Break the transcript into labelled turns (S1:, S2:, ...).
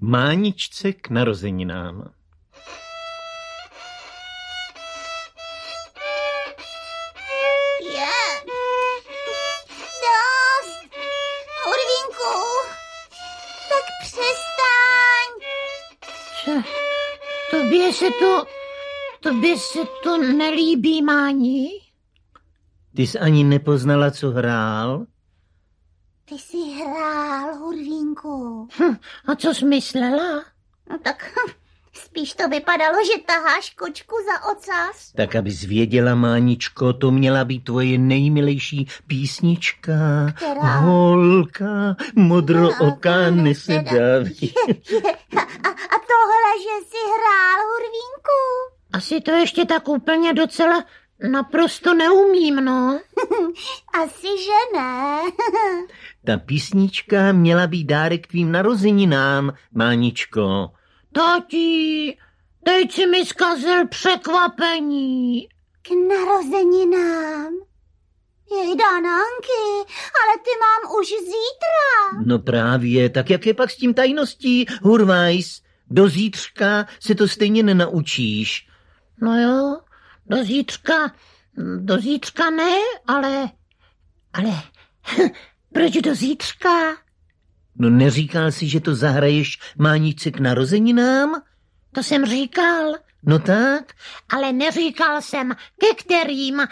S1: Máničce k narozeninám.
S2: Je. Dost! Urvinku! Tak přestaň!
S3: Co? Tobě se to... Tobě se to nelíbí, Máni?
S1: Ty jsi ani nepoznala, co hrál?
S2: Ty jsi hrál, Urvinku.
S3: A co jsi myslela?
S2: No tak spíš to vypadalo, že taháš kočku za ocas.
S1: Tak, abys věděla, Máničko, to měla být tvoje nejmilejší písnička.
S2: Která?
S1: Holka, modrooká,
S2: No,
S1: nesedaví.
S2: A, a tohle, že jsi hrál, Urvinku.
S3: Asi to ještě tak úplně docela naprosto neumím, no.
S2: Asi, že ne.
S1: Ta písnička měla být dárek tvým narozeninám, Máničko.
S3: Tati, teď si mi zkazil překvapení.
S2: K narozeninám. Jej, Dananky, ale ty mám už zítra.
S1: No právě, tak jak je pak s tím tajností, Hurvajs? Do zítřka se to stejně nenaučíš.
S3: No jo, do zítřka, do zítřka ne, ale, ale, proč do zítřka?
S1: No neříkal si, že to zahraješ Máničce k narozeninám?
S3: To jsem říkal,
S1: No tak,
S3: ale neříkal jsem, ke kterým.